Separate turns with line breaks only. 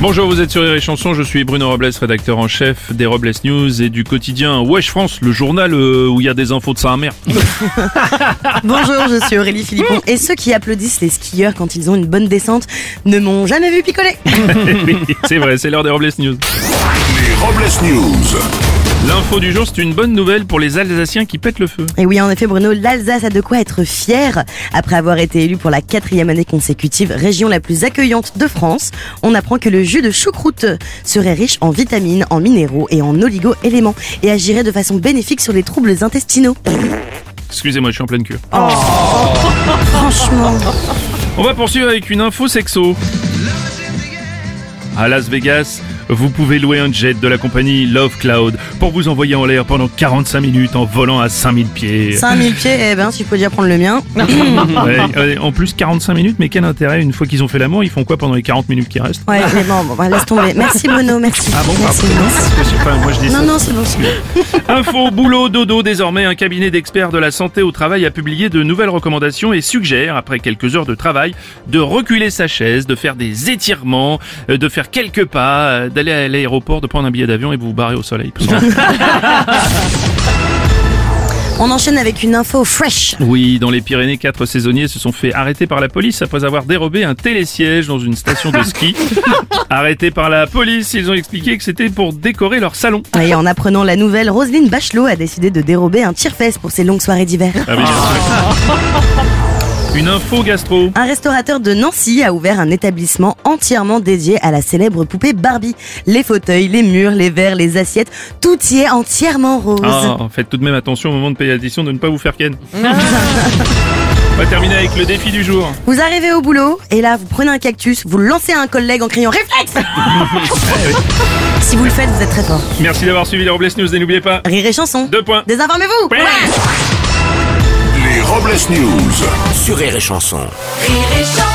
Bonjour, vous êtes sur Rire et Chanson, je suis Bruno Robles, rédacteur en chef des Robles News et du quotidien Wesh France, le journal euh, où il y a des infos de sa mère.
Bonjour, je suis Aurélie Philippon.
Mm.
Et ceux qui applaudissent les skieurs quand ils ont une bonne descente ne m'ont jamais vu picoler.
Oui, c'est vrai, c'est l'heure des Robles News.
Les Robles News.
L'info du jour, c'est une bonne nouvelle pour les Alsaciens qui pètent le feu.
Et oui, en effet, Bruno, l'Alsace a de quoi être fière. Après avoir été élue pour la quatrième année consécutive région la plus accueillante de France, on apprend que le jus de choucroute serait riche en vitamines, en minéraux et en oligo-éléments et agirait de façon bénéfique sur les troubles intestinaux.
Excusez-moi, je suis en pleine cure.
Franchement.
On va poursuivre avec une info sexo. À Las Vegas, vous pouvez louer un jet de la compagnie Love Cloud pour vous envoyer en l'air pendant 45 minutes en volant à 5000 pieds.
5000 pieds, eh ben, si je peux déjà prendre le mien.
Ouais, ouais, en plus, 45 minutes, mais quel intérêt Une fois qu'ils ont fait l'amour, ils font quoi pendant les 40 minutes qui restent
Ouais, mais bon, bon, bah, laisse tomber. Merci Bruno, merci.
Ah bon,
merci,
pardon.
merci.
Je sais pas, moi je dis ça.
Non, non, c'est bon, c'est bon.
Info, boulot, dodo, désormais, un cabinet d'experts de la santé au travail a publié de nouvelles recommandations et suggère, après quelques heures de travail, de reculer sa chaise, de faire des étirements, euh, de faire quelques pas, euh, d'aller à l'aéroport, de prendre un billet d'avion et vous vous barrer au soleil. Parce que-
On enchaîne avec une info fresh.
oui, dans les Pyrénées, quatre saisonniers se sont fait arrêter par la police après avoir dérobé un télésiège dans une station de ski. Arrêtés par la police, ils ont expliqué que c'était pour décorer leur salon.
Et en apprenant la nouvelle, Roselyne Bachelot a décidé de dérober un tire-fesse pour ses longues soirées d'hiver.
Ah oui, bien sûr. Une info gastro.
Un restaurateur de Nancy a ouvert un établissement entièrement dédié à la célèbre poupée Barbie. Les fauteuils, les murs, les verres, les assiettes, tout y est entièrement rose.
Ah, faites tout de même attention au moment de payer l'addition de ne pas vous faire ken. On va terminer avec le défi du jour.
Vous arrivez au boulot et là, vous prenez un cactus, vous le lancez à un collègue en criant réflexe. si vous le faites, vous êtes très fort.
Merci d'avoir suivi les Robles News et n'oubliez pas,
Rire et chanson.
deux points.
Désinformez-vous.
Ouais.
Les Robles News.
Sur Rire et Chanson.
Rire et chanson.